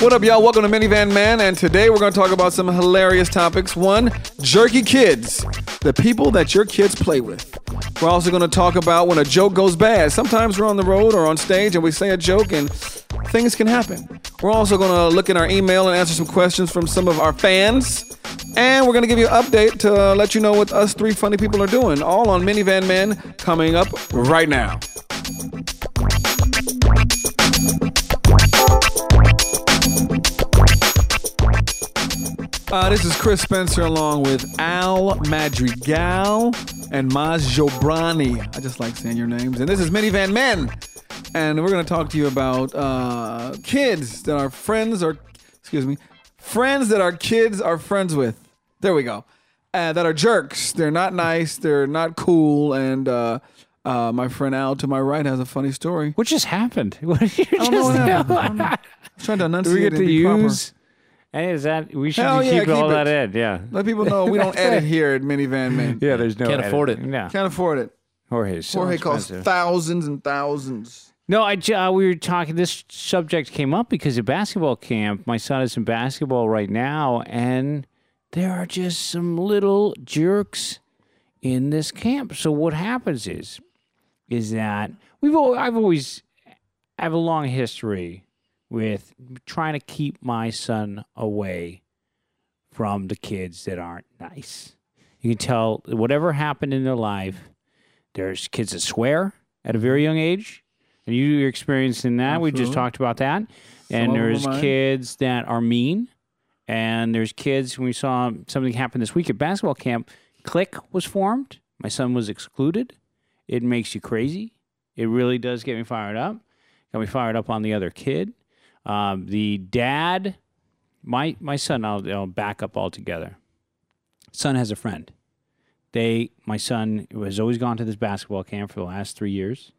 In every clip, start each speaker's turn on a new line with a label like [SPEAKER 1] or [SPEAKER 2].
[SPEAKER 1] What up, y'all? Welcome to Minivan Man, and today we're going to talk about some hilarious topics. One, jerky kids, the people that your kids play with. We're also going to talk about when a joke goes bad. Sometimes we're on the road or on stage and we say a joke and things can happen. We're also going to look in our email and answer some questions from some of our fans. And we're going to give you an update to uh, let you know what us three funny people are doing, all on Minivan Man coming up right now. Uh, this is Chris Spencer along with Al Madrigal and Maz Jobrani. I just like saying your names. And this is Minivan Men. And we're going to talk to you about uh, kids that our friends or, excuse me, friends that our kids are friends with. There we go. Uh, that are jerks. They're not nice. They're not cool. And uh, uh, my friend Al to my right has a funny story.
[SPEAKER 2] What just happened? What did you
[SPEAKER 1] don't know
[SPEAKER 2] just
[SPEAKER 1] what happened.
[SPEAKER 2] do?
[SPEAKER 1] I don't know. I was trying to
[SPEAKER 2] Do
[SPEAKER 1] enunciate
[SPEAKER 2] we get
[SPEAKER 1] and
[SPEAKER 2] to
[SPEAKER 1] be proper.
[SPEAKER 2] use? And is that we should
[SPEAKER 1] Hell
[SPEAKER 2] just
[SPEAKER 1] yeah,
[SPEAKER 2] keep, all
[SPEAKER 1] keep it.
[SPEAKER 2] that in? Yeah.
[SPEAKER 1] Let people know we don't edit here at Minivan Man.
[SPEAKER 2] Yeah, there's no.
[SPEAKER 3] Can't afford it.
[SPEAKER 2] Yeah.
[SPEAKER 1] Can't afford it.
[SPEAKER 2] Jorge. is So
[SPEAKER 1] Jorge costs
[SPEAKER 2] expensive.
[SPEAKER 1] thousands and thousands.
[SPEAKER 2] No, I ju- uh, we were talking. This subject came up because of basketball camp. My son is in basketball right now, and there are just some little jerks in this camp. So what happens is, is that we've al- I've always I have a long history with trying to keep my son away from the kids that aren't nice. You can tell whatever happened in their life. There's kids that swear at a very young age, and you- you're experiencing that. We just
[SPEAKER 1] Absolutely.
[SPEAKER 2] talked about that.
[SPEAKER 1] of
[SPEAKER 2] And
[SPEAKER 1] 'em
[SPEAKER 2] there's
[SPEAKER 1] are mine.
[SPEAKER 2] kids that are mean, and there's kids. We saw something happen this week at basketball camp. Click was formed. My son was excluded. It makes you crazy. It really does get me fired up. Got me fired up on the other kid. Um, the dad, my my son. I'll, I'll back up altogether. Son has a friend. They, my son, has always gone to this basketball camp for the last three years.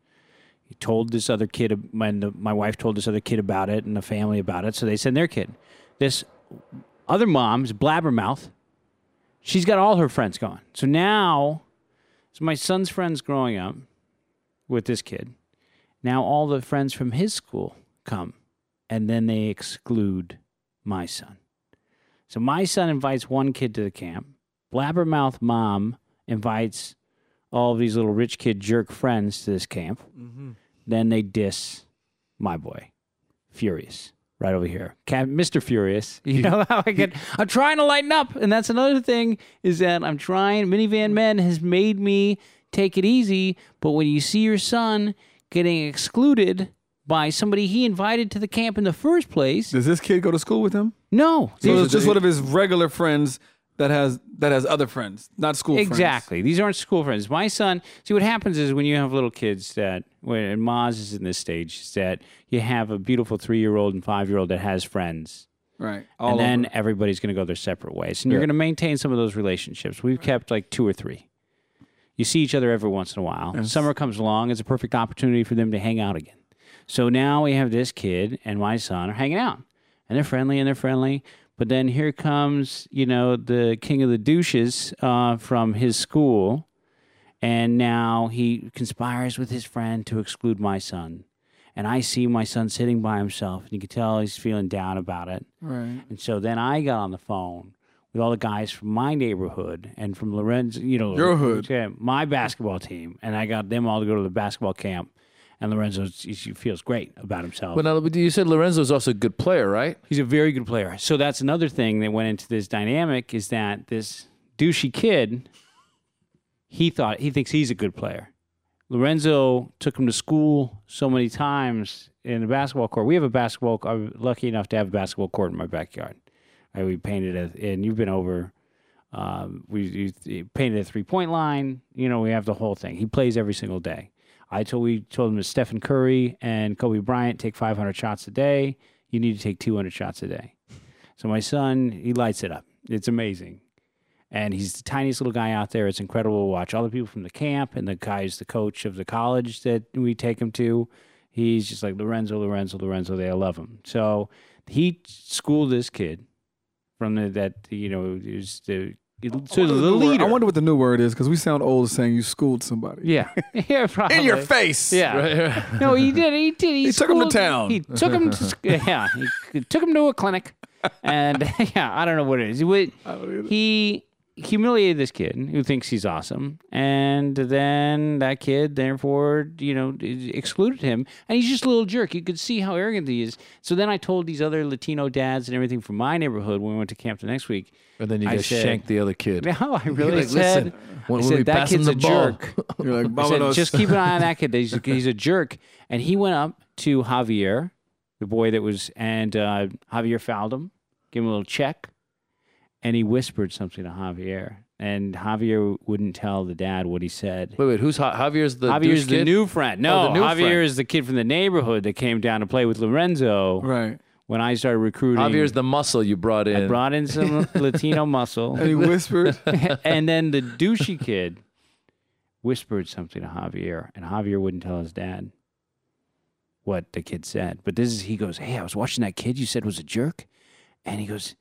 [SPEAKER 2] He told this other kid, my, the, my wife told this other kid about it and the family about it. So they send their kid. This other mom's blabbermouth. She's got all her friends gone. So now, so my son's friends growing up with this kid. Now all the friends from his school come and then they exclude my son. So my son invites one kid to the camp. Blabbermouth mom invites all of these little rich kid jerk friends to this camp. Then they diss my boy, Furious, right over here, Cap- Mr. Furious. You know how I get? I'm trying to lighten up, and that's another thing is that I'm trying. Minivan Men has made me take it easy, but when you see your son getting excluded by somebody he invited to the camp in the first place,
[SPEAKER 1] Does this kid go to school with him?
[SPEAKER 2] no,
[SPEAKER 1] So
[SPEAKER 2] these-
[SPEAKER 1] it's just one of his regular friends that has that has other friends, not school friends.
[SPEAKER 2] Exactly. These aren't school friends. My son, see what happens is when you have little kids that, when and Maz is in this stage, is that you have a beautiful three year old and five year old that has friends.
[SPEAKER 1] Right. All
[SPEAKER 2] and then
[SPEAKER 1] over.
[SPEAKER 2] everybody's going to go their separate ways. And you're going to maintain some of those relationships. We've kept like two or three. You see each other every once in a while. Summer comes along, it's a perfect opportunity for them to hang out again. So now we have this kid and my son are hanging out. And they're friendly and they're friendly. But then here comes, you know, the king of the douches uh, from his school. And now he conspires with his friend to exclude my son. And I see my son sitting by himself, and you can tell he's feeling down about it.
[SPEAKER 1] Right.
[SPEAKER 3] Mm-hmm.
[SPEAKER 2] And so then I got on the phone with all the guys from my neighborhood and from Lorenzo, you know,
[SPEAKER 1] Your hood.
[SPEAKER 2] yeah, my basketball team, and I got them all to go to the basketball camp. And Lorenzo he feels great about himself.
[SPEAKER 3] But now, but you said Lorenzo's also a good player, right?
[SPEAKER 2] He's a very good player. So that's another thing that went into this dynamic is that this douchey kid, he thought he thinks he's a good player. Lorenzo took him to school so many times in the basketball court. We have a basketball. I'm lucky enough to have a basketball court in my backyard. Right, we painted it, and you've been over. Um, we you painted a three point line. You know, we have the whole thing. He plays every single day. I told we told him that Stephen Curry and Kobe Bryant take 500 shots a day. You need to take 200 shots a day. So my son, he lights it up. It's amazing. And he's the tiniest little guy out there. It's incredible to watch. All the people from the camp and the guy who's the coach of the college that we take him to. He's just like Lorenzo, Lorenzo, Lorenzo. They all love him. So he schooled this kid from the, that, you know, is the it- so the leader.
[SPEAKER 1] I wonder what the new word is because we sound old saying you schooled somebody.
[SPEAKER 2] yeah, yeah, probably.
[SPEAKER 1] In your face.
[SPEAKER 2] Yeah.
[SPEAKER 3] Right.
[SPEAKER 2] No, he did. He did. He,
[SPEAKER 1] took him to
[SPEAKER 2] schooled-
[SPEAKER 1] town.
[SPEAKER 2] He took him to sc- yeah. He took him to a clinic, and yeah, I don't know what it is. He would- he humiliated this kid who thinks he's awesome, and then that kid therefore you know d- excluded him, and he's just a little jerk. You could see how arrogant he is. So then I told these other Latino dads and everything from my neighborhood when we went to camp the next week.
[SPEAKER 3] And then you
[SPEAKER 2] I
[SPEAKER 3] guys
[SPEAKER 2] said-
[SPEAKER 3] shanked the other kid.
[SPEAKER 2] No, I really
[SPEAKER 3] like,
[SPEAKER 2] said.
[SPEAKER 3] "Listen, when-
[SPEAKER 2] I
[SPEAKER 3] when
[SPEAKER 2] said,
[SPEAKER 3] we
[SPEAKER 2] that
[SPEAKER 3] pass him
[SPEAKER 2] kid's
[SPEAKER 3] the
[SPEAKER 2] a
[SPEAKER 3] ball."
[SPEAKER 2] jerk.
[SPEAKER 1] You're like,
[SPEAKER 2] I said,
[SPEAKER 1] Vámonos.
[SPEAKER 2] just keep an eye on that kid. He's, he's a jerk. And he went up to Javier, the boy that was, and uh, Javier fouled him, gave him a little check, and he whispered something to Javier. And Javier wouldn't tell the dad what he said.
[SPEAKER 3] Wait, wait, who's hot? Javier's the douche
[SPEAKER 2] Javier's the
[SPEAKER 3] kid? Oh,
[SPEAKER 2] new friend. No,
[SPEAKER 3] the new
[SPEAKER 2] Javier
[SPEAKER 3] friend.
[SPEAKER 2] is the kid from the neighborhood that came down to play with Lorenzo
[SPEAKER 1] Right.
[SPEAKER 2] when I started recruiting.
[SPEAKER 3] Javier's the muscle you brought in.
[SPEAKER 2] brought in some Latino muscle.
[SPEAKER 1] And he whispered.
[SPEAKER 2] and then the douchey kid whispered something to Javier, and Javier wouldn't tell his dad what the kid said. But this is he goes, "Hey, I was watching that kid you said was a jerk," and he goes,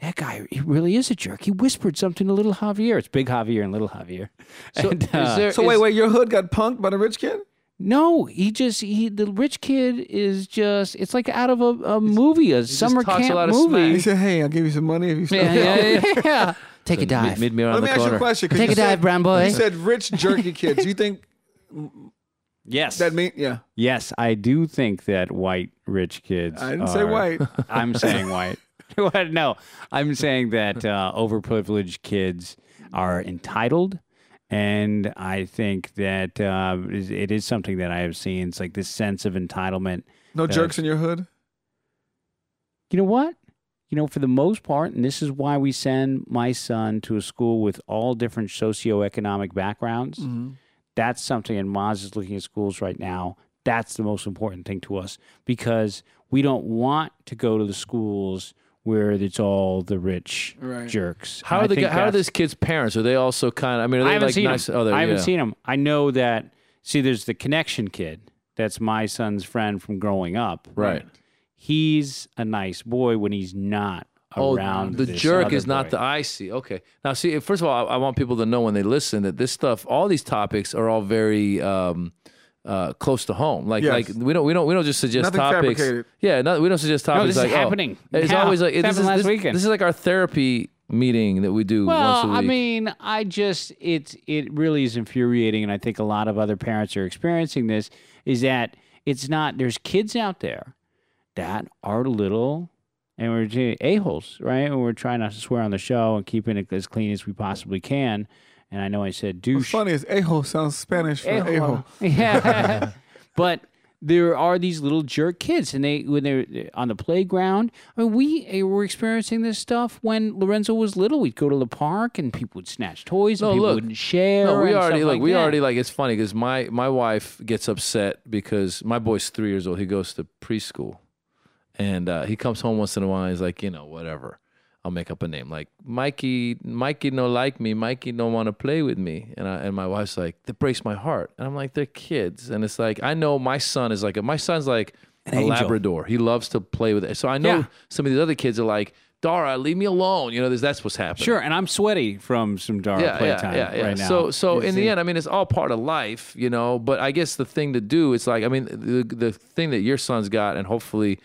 [SPEAKER 2] "That guy, he really is a jerk. He whispered something to little Javier. It's big Javier and little Javier."
[SPEAKER 3] so
[SPEAKER 2] And, uh,
[SPEAKER 3] is there,
[SPEAKER 1] so
[SPEAKER 3] is-
[SPEAKER 1] wait, wait, your hood got punked by the rich kid?
[SPEAKER 2] No, he just he the rich kid is just it's like out of a, a movie, a summer
[SPEAKER 3] talks a
[SPEAKER 2] camp
[SPEAKER 3] lot of
[SPEAKER 1] He
[SPEAKER 2] movie.
[SPEAKER 1] said, hey, I'll give you some money if you stop.
[SPEAKER 2] Yeah, yeah, yeah, yeah. Take a
[SPEAKER 3] Meet,
[SPEAKER 2] dive.
[SPEAKER 3] meet me around
[SPEAKER 1] Let
[SPEAKER 3] the
[SPEAKER 1] me ask you
[SPEAKER 3] corner.
[SPEAKER 1] a question. 'cause
[SPEAKER 2] Take
[SPEAKER 1] you
[SPEAKER 2] a dive,
[SPEAKER 1] said-
[SPEAKER 2] brown boy.
[SPEAKER 1] You said rich, jerky kids. You think
[SPEAKER 2] yes.
[SPEAKER 1] that mean? Yeah.
[SPEAKER 2] Yes, I do think that white rich kids.
[SPEAKER 1] I didn't say
[SPEAKER 2] are-
[SPEAKER 1] white.
[SPEAKER 2] I'm saying white. What? no, I'm saying that uh, overprivileged kids are entitled, and I think that uh, is- it is something that I have seen. It's like this sense of entitlement.
[SPEAKER 1] No jerks in your hood?
[SPEAKER 2] You know what? You know, for the most part, and this is why we send my son to a school with all different socioeconomic backgrounds. that's something, and Moz is looking at schools right now. That's the most important thing to us because we don't want to go to the schools where it's all the rich
[SPEAKER 1] Right.
[SPEAKER 2] jerks.
[SPEAKER 3] How
[SPEAKER 2] And I
[SPEAKER 3] are the
[SPEAKER 2] think
[SPEAKER 3] guy- how are
[SPEAKER 2] that's-
[SPEAKER 3] this kid's parents? Are they also kind of? I mean, are
[SPEAKER 2] I
[SPEAKER 3] they
[SPEAKER 2] haven't
[SPEAKER 3] like
[SPEAKER 2] seen
[SPEAKER 3] nice?
[SPEAKER 2] him.
[SPEAKER 3] Oh, they're-
[SPEAKER 2] I haven't
[SPEAKER 3] yeah.
[SPEAKER 2] seen him. I know that. See, there's the connection kid. That's my son's friend from growing up.
[SPEAKER 3] Right.
[SPEAKER 2] He's a nice boy when he's not
[SPEAKER 3] Oh,
[SPEAKER 2] around.
[SPEAKER 3] the
[SPEAKER 2] this
[SPEAKER 3] jerk
[SPEAKER 2] other
[SPEAKER 3] is not
[SPEAKER 2] boy.
[SPEAKER 3] the I see. Okay. Now, see, first of all, I, I want people to know when they listen that this stuff, all these topics, are all very um, uh, close to home. Like,
[SPEAKER 1] Yes.
[SPEAKER 3] like we don't, we don't, we don't just suggest
[SPEAKER 1] Nothing
[SPEAKER 3] topics.
[SPEAKER 1] fabricated.
[SPEAKER 3] Yeah, no, we don't suggest topics.
[SPEAKER 2] this is
[SPEAKER 3] like, oh,
[SPEAKER 2] happening
[SPEAKER 3] it's
[SPEAKER 2] now.
[SPEAKER 3] always like
[SPEAKER 2] This
[SPEAKER 3] this is
[SPEAKER 2] happened last
[SPEAKER 3] this,
[SPEAKER 2] weekend.
[SPEAKER 3] this is like our therapy meeting that we do once a
[SPEAKER 2] Well,
[SPEAKER 3] week.
[SPEAKER 2] I mean, I just it it really is infuriating, and I think a lot of other parents are experiencing this. Is that it's not there's kids out there that are little and we're a holes, right? And we're trying not to swear on the show and keeping it as clean as we possibly can. And I know I said
[SPEAKER 1] What's
[SPEAKER 2] douche.
[SPEAKER 1] funny is ajo sounds Spanish for ajo.
[SPEAKER 2] Yeah. but there are these little jerk kids, and they when they're on the playground. I mean, we eh, were experiencing this stuff when Lorenzo was little. We'd go to the park, and people would snatch toys, and
[SPEAKER 3] No,
[SPEAKER 2] people
[SPEAKER 3] Oh, look.
[SPEAKER 2] wouldn't share.
[SPEAKER 3] No, we
[SPEAKER 2] and
[SPEAKER 3] already
[SPEAKER 2] stuff
[SPEAKER 3] like,
[SPEAKER 2] like
[SPEAKER 3] we
[SPEAKER 2] that.
[SPEAKER 3] already like it's funny because my my wife gets upset because my boy's three years old. He goes to preschool, and uh, he comes home once in a while. And he's like, you know, whatever. I'll make up a name like Mikey. Mikey no like me. Mikey don't want to play with me. And I, and my wife's like, that breaks my heart. And I'm like, they're kids. And it's like I know my son is like my son's like a
[SPEAKER 2] angel.
[SPEAKER 3] Labrador. He loves to play with it. So I know
[SPEAKER 2] Yeah.
[SPEAKER 3] some of these other kids are like, Dara, leave me alone. You know, there's- that's what's happening
[SPEAKER 2] sure. And I'm sweaty from some dark playtime right now.
[SPEAKER 3] so so in the end, I mean, it's all part of life, you know. But I guess the thing to do, it's like, I mean, the the thing that your son's got, and hopefully,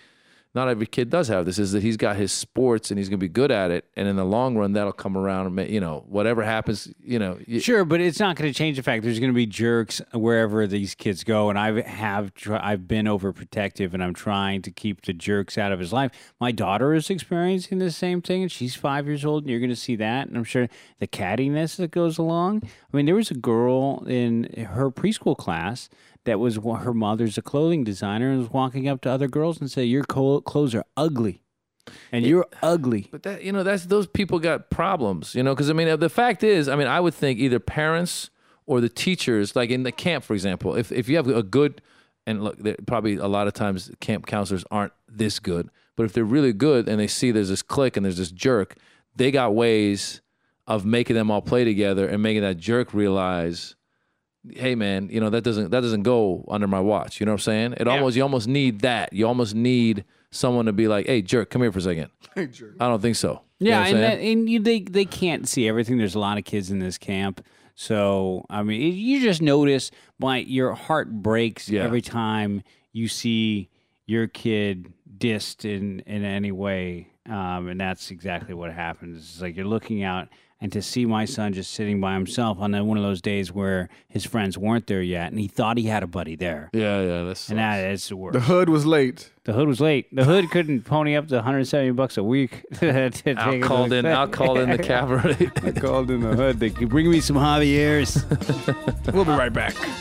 [SPEAKER 3] not every kid does have this, is that he's got his sports and he's gonna be good at it, and in the long run, that'll come around. And ma- you know, whatever happens, you know, y-
[SPEAKER 2] Sure, but it's not going to change the fact there's going to be jerks wherever these kids go, and I have tr- I've been overprotective, and I'm trying to keep the jerks out of his life. My daughter is experiencing the same thing, and she's five years old, and you're going to see that, and I'm sure the cattiness that goes along. I mean, there was a girl in her preschool class that was wa- her mother's a clothing designer, and was walking up to other girls and say, "Your co- clothes are ugly, and you're ugly."
[SPEAKER 3] But that you know, that's those people got problems, you know. Because I mean, the fact is, I mean, I would think either parents or the teachers, like in the camp, for example, if if you have a good and look, there- probably a lot of times camp counselors aren't this good, but if they're really good and they see there's this click and there's this jerk, they got ways of making them all play together and making that jerk realize hey man, you know that doesn't that doesn't go under my watch. You know what I'm saying? It almost you almost need that. You almost need someone to be like, "Hey, jerk, come here for a second. I don't think so. You know
[SPEAKER 2] Yeah,
[SPEAKER 3] what I'm
[SPEAKER 2] and,
[SPEAKER 3] saying?
[SPEAKER 2] that, and you, they they can't see everything. There's a lot of kids in this camp, so I mean, it, you just notice by your heart breaks
[SPEAKER 3] Yeah.
[SPEAKER 2] every time you see your kid dissed in in any way, um, and that's exactly what happens. It's like you're looking out. And to see my son just sitting by himself on that- one of those days where his friends weren't there yet, and he thought he had a buddy there,
[SPEAKER 3] yeah, yeah, that's
[SPEAKER 2] and that is the
[SPEAKER 1] The
[SPEAKER 2] worst.
[SPEAKER 1] hood was late.
[SPEAKER 2] The hood was late. The hood couldn't pony up to 170 bucks a week. to take
[SPEAKER 3] I
[SPEAKER 2] him to
[SPEAKER 3] called
[SPEAKER 2] the
[SPEAKER 3] in.
[SPEAKER 2] clinic.
[SPEAKER 3] I called in the cabaret.
[SPEAKER 2] I called in the hood. They could bring me some Javier's.
[SPEAKER 1] We'll be right back.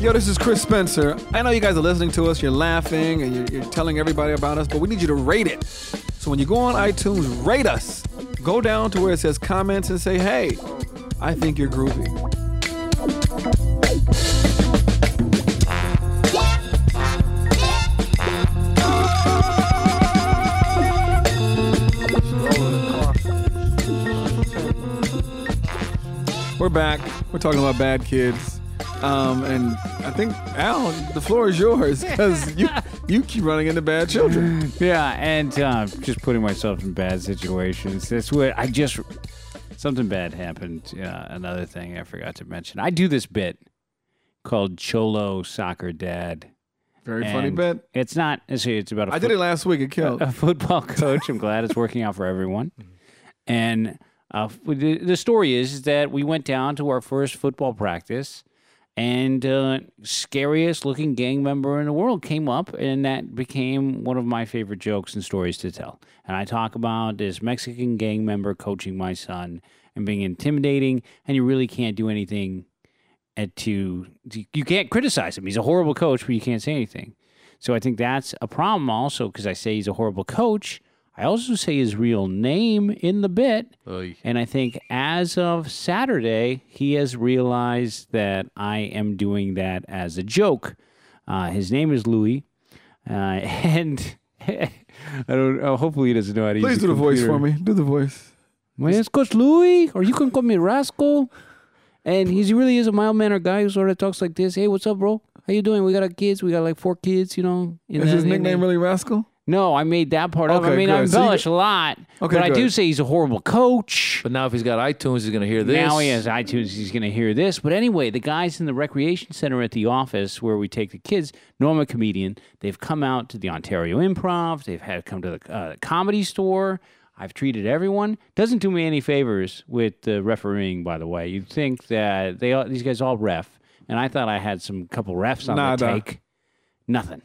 [SPEAKER 1] Yo, this is Chris Spencer. I know you guys are listening to us, you're laughing, and you're, you're telling everybody about us, but we need you to rate it. So when you go on iTunes, rate us. Go down to where it says comments and say, hey, I think you're groovy. We're back. We're talking about bad kids. Um, and I think Al, the floor is yours because you you keep running into bad children.
[SPEAKER 2] yeah, and uh, just putting myself in bad situations. That's what I just. Something bad happened. Yeah, another thing I forgot to mention. I do this bit called Cholo Soccer Dad.
[SPEAKER 1] Very funny
[SPEAKER 2] and
[SPEAKER 1] bit.
[SPEAKER 2] It's not. It's, it's about. A
[SPEAKER 1] I did it last week. It killed.
[SPEAKER 2] a football coach. I'm glad it's working out for everyone. And uh, f- the, the story is, is that we went down to our first football practice, and uh, scariest looking gang member in the world came up, and that became one of my favorite jokes and stories to tell. And I talk about this Mexican gang member coaching my son and being intimidating, and you really can't do anything and to you can't criticize him. He's a horrible coach, but you can't say anything. So I think that's a problem also because I say he's a horrible coach. I also say his real name in the bit.
[SPEAKER 1] Uh.
[SPEAKER 3] Oy.
[SPEAKER 2] And I think as of Saturday, he has realized that I am doing that as a joke. Uh, his name is Louis. Uh, and I don't know. Hopefully, he doesn't know how to
[SPEAKER 1] Please
[SPEAKER 2] use
[SPEAKER 1] do the voice for
[SPEAKER 2] computer.
[SPEAKER 1] me. Do the voice.
[SPEAKER 2] My name's Coach Louis, or you can call me Rascal. And he's really is a mild mannered guy who sort of talks like this. Hey, what's up, bro? How you doing? We got our kids. We got like four kids, you know. in
[SPEAKER 1] Is
[SPEAKER 2] the-
[SPEAKER 1] his
[SPEAKER 2] in the-
[SPEAKER 1] nickname really Rascal?
[SPEAKER 2] No, I made that part up. I
[SPEAKER 1] Okay,
[SPEAKER 2] mean, I
[SPEAKER 1] good. So you-
[SPEAKER 2] embellish a lot,
[SPEAKER 1] Okay,
[SPEAKER 2] but I do
[SPEAKER 1] good.
[SPEAKER 2] say he's a horrible coach.
[SPEAKER 3] But now if he's got iTunes, he's gonna hear this.
[SPEAKER 2] Now he has iTunes. He's going to hear this. But anyway, the guys in the recreation center at the office where we take the kids, Norma Comedian, they've come out to the Ontario Improv. They've had come to the uh, comedy store. I've treated everyone. Doesn't do me any favors with the refereeing, by the way. You'd think that they all, these guys all ref, and I thought I had some couple refs on
[SPEAKER 1] Nada.
[SPEAKER 2] the take. Nothing.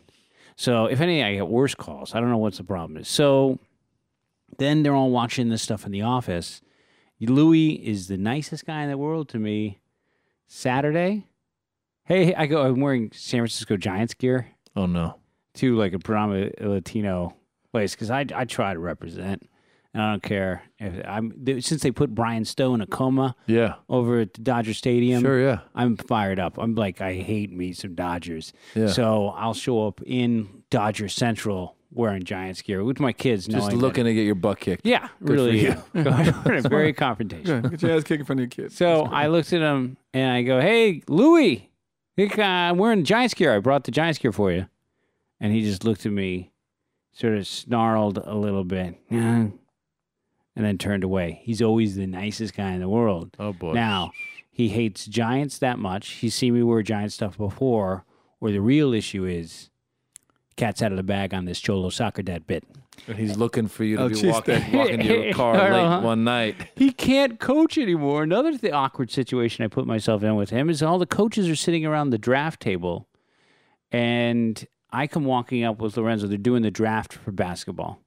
[SPEAKER 2] So if anything, I get worse calls. I don't know what's the problem is. So then they're all watching this stuff in the office. Louis is the nicest guy in the world to me. Saturday, hey, I go. I'm wearing San Francisco Giants gear
[SPEAKER 3] Oh no.
[SPEAKER 2] to like a predominantly Latino place because I I try to represent, and I don't care if I'm they- since they put Brian Stowe in a coma
[SPEAKER 3] Yeah.
[SPEAKER 2] over at the Dodger Stadium.
[SPEAKER 3] Sure. Yeah.
[SPEAKER 2] I'm fired up. I'm like, I hate me some Dodgers.
[SPEAKER 3] Yeah.
[SPEAKER 2] So I'll show up in Dodger Central wearing Giants gear with my kids.
[SPEAKER 3] Just
[SPEAKER 2] knowing that-
[SPEAKER 3] looking to get your butt kicked.
[SPEAKER 2] yeah, really.
[SPEAKER 3] you.
[SPEAKER 2] yeah. Very confrontational.
[SPEAKER 1] Good. Get your ass kicked in front of your kids.
[SPEAKER 2] So I looked at him and I go, "Hey, Louis, look, uh, I'm wearing Giants gear. I brought the Giants gear for you." And he just looked at me, sort of snarled a little bit, "Yeah," and then turned away. He's always the nicest guy in the world.
[SPEAKER 3] Oh boy.
[SPEAKER 2] Now, he hates Giants that much. He's seen me wear Giant stuff before, or the real issue is cat's out of the bag on this Cholo soccer dad bit.
[SPEAKER 3] He's looking for you to
[SPEAKER 1] Oh,
[SPEAKER 3] be
[SPEAKER 1] cheese
[SPEAKER 3] walking,
[SPEAKER 1] steak.
[SPEAKER 3] walking to your car late
[SPEAKER 2] Uh-huh.
[SPEAKER 3] one night.
[SPEAKER 2] He can't coach anymore. Another th- awkward situation I put myself in with him is all the coaches are sitting around the draft table, and I come walking up with Lorenzo. They're doing the draft for basketball.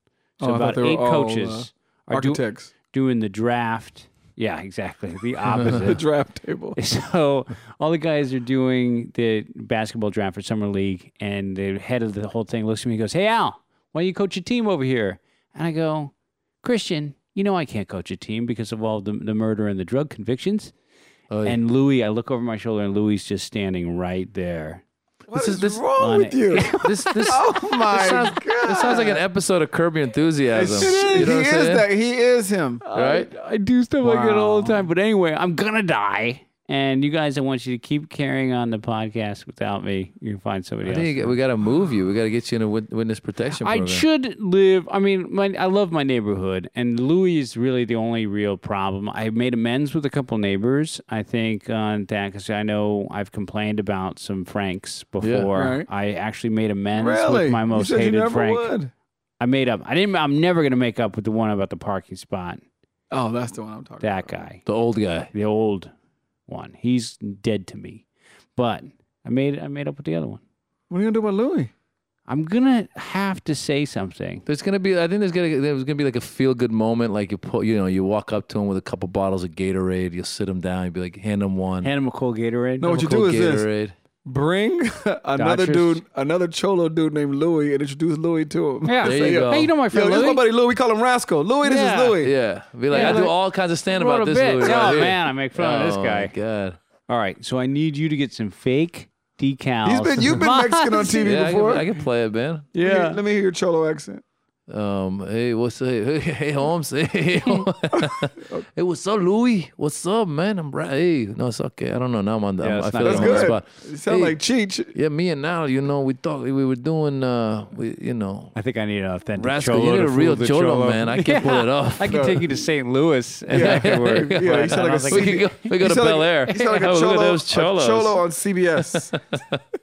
[SPEAKER 1] Oh,
[SPEAKER 2] So
[SPEAKER 1] I thought
[SPEAKER 2] about
[SPEAKER 1] they were
[SPEAKER 2] eight
[SPEAKER 1] all,
[SPEAKER 2] coaches are do-
[SPEAKER 1] Architects.
[SPEAKER 2] doing the draft. Yeah, exactly. The
[SPEAKER 1] the
[SPEAKER 2] opposite.
[SPEAKER 1] draft table.
[SPEAKER 2] So all the guys are doing the basketball draft for summer league, and the head of the whole thing looks at me and goes, "Hey Al, why don't you coach a team over here?" And I go, "Christian, you know I can't coach a team because of all the, the murder and the drug convictions."
[SPEAKER 3] Oh, yeah.
[SPEAKER 2] And Louis, I look over my shoulder, and Louis just standing right there,
[SPEAKER 1] What
[SPEAKER 3] this
[SPEAKER 1] is,
[SPEAKER 3] is this
[SPEAKER 1] wrong
[SPEAKER 2] on
[SPEAKER 1] with
[SPEAKER 2] it.
[SPEAKER 1] you?
[SPEAKER 3] this this
[SPEAKER 1] oh my
[SPEAKER 3] this sounds,
[SPEAKER 1] god!
[SPEAKER 3] this sounds like an episode of Curb Your
[SPEAKER 1] It
[SPEAKER 3] Enthusiasm.
[SPEAKER 1] is.
[SPEAKER 3] You know
[SPEAKER 1] he
[SPEAKER 3] what I'm
[SPEAKER 1] is
[SPEAKER 3] saying?
[SPEAKER 1] that. He is him.
[SPEAKER 3] Right?
[SPEAKER 2] I, I do stuff like that all the
[SPEAKER 1] Wow.
[SPEAKER 2] time. But anyway, I'm gonna die. And you guys, I want you to keep carrying on the podcast without me. You can find somebody
[SPEAKER 3] I
[SPEAKER 2] else.
[SPEAKER 3] think you- we got to move you. We got to get you in a wit- witness protection
[SPEAKER 2] I
[SPEAKER 3] program.
[SPEAKER 2] should live. I mean, my, I love my neighborhood, and Louis is really the only real problem. I made amends with a couple neighbors, I think, on that because I know I've complained about some Franks before.
[SPEAKER 1] Right.
[SPEAKER 2] I actually made amends
[SPEAKER 1] Really?
[SPEAKER 2] with my
[SPEAKER 1] You
[SPEAKER 2] most
[SPEAKER 1] said you
[SPEAKER 2] hated
[SPEAKER 1] never
[SPEAKER 2] Frank.
[SPEAKER 1] would.
[SPEAKER 2] I made up. I didn't. I'm never gonna make up with the one about the parking spot.
[SPEAKER 1] Oh, that's the one I'm talking
[SPEAKER 2] That
[SPEAKER 1] about.
[SPEAKER 2] guy,
[SPEAKER 3] the old guy.
[SPEAKER 2] the old one, he's dead to me. But I made. I made up with the other one.
[SPEAKER 1] What are you gonna do about Louis?
[SPEAKER 2] I'm gonna have to say something.
[SPEAKER 3] There's gonna be. I think there's gonna there's gonna be like a feel good moment. Like you pull, you know, you walk up to him with a couple bottles of Gatorade. You'll sit him down. You'll be like, hand him one.
[SPEAKER 2] Hand him a cold Gatorade.
[SPEAKER 1] No,
[SPEAKER 3] Have
[SPEAKER 1] what
[SPEAKER 3] a
[SPEAKER 1] you do
[SPEAKER 3] cool
[SPEAKER 1] is this.
[SPEAKER 3] Gatorade.
[SPEAKER 1] Bring another
[SPEAKER 2] Dodgers.
[SPEAKER 1] dude, another cholo dude named Louis, and introduce Louis to him.
[SPEAKER 2] Yeah.
[SPEAKER 3] There you go.
[SPEAKER 2] Hey, you know my
[SPEAKER 1] Yo,
[SPEAKER 2] friend
[SPEAKER 1] this is my
[SPEAKER 2] Louis?
[SPEAKER 1] buddy Louis. We call him Rascal. Louis, this
[SPEAKER 2] Yeah.
[SPEAKER 1] is Louis.
[SPEAKER 3] Yeah, be like,
[SPEAKER 2] Yeah,
[SPEAKER 3] I do
[SPEAKER 2] like-
[SPEAKER 3] all kinds of stand
[SPEAKER 2] Wrote
[SPEAKER 3] about
[SPEAKER 2] a
[SPEAKER 3] this
[SPEAKER 2] bit.
[SPEAKER 3] Louis.
[SPEAKER 2] oh
[SPEAKER 3] right here.
[SPEAKER 2] man, I make fun of this
[SPEAKER 3] Oh,
[SPEAKER 2] guy.
[SPEAKER 3] my God.
[SPEAKER 2] All right, so I need you to get some fake decals.
[SPEAKER 1] He's been you've been Mexican on TV
[SPEAKER 3] Yeah, I can,
[SPEAKER 1] before.
[SPEAKER 3] I can play it, man.
[SPEAKER 1] Let me hear-
[SPEAKER 2] yeah.
[SPEAKER 1] Let me hear your cholo accent.
[SPEAKER 3] Um, hey, what's up? Hey, hey Holmes. Hey, hey, Holmes. hey, what's up, Louis? What's up, man? I'm right. Hey, no, it's okay. I don't know. Now I'm on the.
[SPEAKER 2] Yeah,
[SPEAKER 3] I'm-
[SPEAKER 2] it's not
[SPEAKER 3] I feel like
[SPEAKER 1] That's
[SPEAKER 3] I'm on the
[SPEAKER 1] good.
[SPEAKER 3] spot.
[SPEAKER 1] You sound
[SPEAKER 3] Hey.
[SPEAKER 1] like Cheech.
[SPEAKER 3] Yeah, me and now, you know, we talked. We were doing, uh, we, you know,
[SPEAKER 2] I think I need an authentic
[SPEAKER 3] rascal.
[SPEAKER 2] cholo
[SPEAKER 3] You
[SPEAKER 2] to
[SPEAKER 3] need a
[SPEAKER 2] fool
[SPEAKER 3] real
[SPEAKER 2] the
[SPEAKER 3] cholo, man. I can't pull it off.
[SPEAKER 2] I can take you to St. Louis and
[SPEAKER 1] Yeah.
[SPEAKER 2] I can work.
[SPEAKER 1] Yeah, you
[SPEAKER 2] but
[SPEAKER 1] sound
[SPEAKER 2] I
[SPEAKER 1] like a
[SPEAKER 2] don't think-
[SPEAKER 3] we could go. We go
[SPEAKER 1] You
[SPEAKER 3] to
[SPEAKER 1] sound like-
[SPEAKER 3] Bel Air.
[SPEAKER 1] You sound like a
[SPEAKER 3] oh,
[SPEAKER 1] cholo,
[SPEAKER 3] look at those
[SPEAKER 1] a
[SPEAKER 3] cholos.
[SPEAKER 1] cholo on CBS.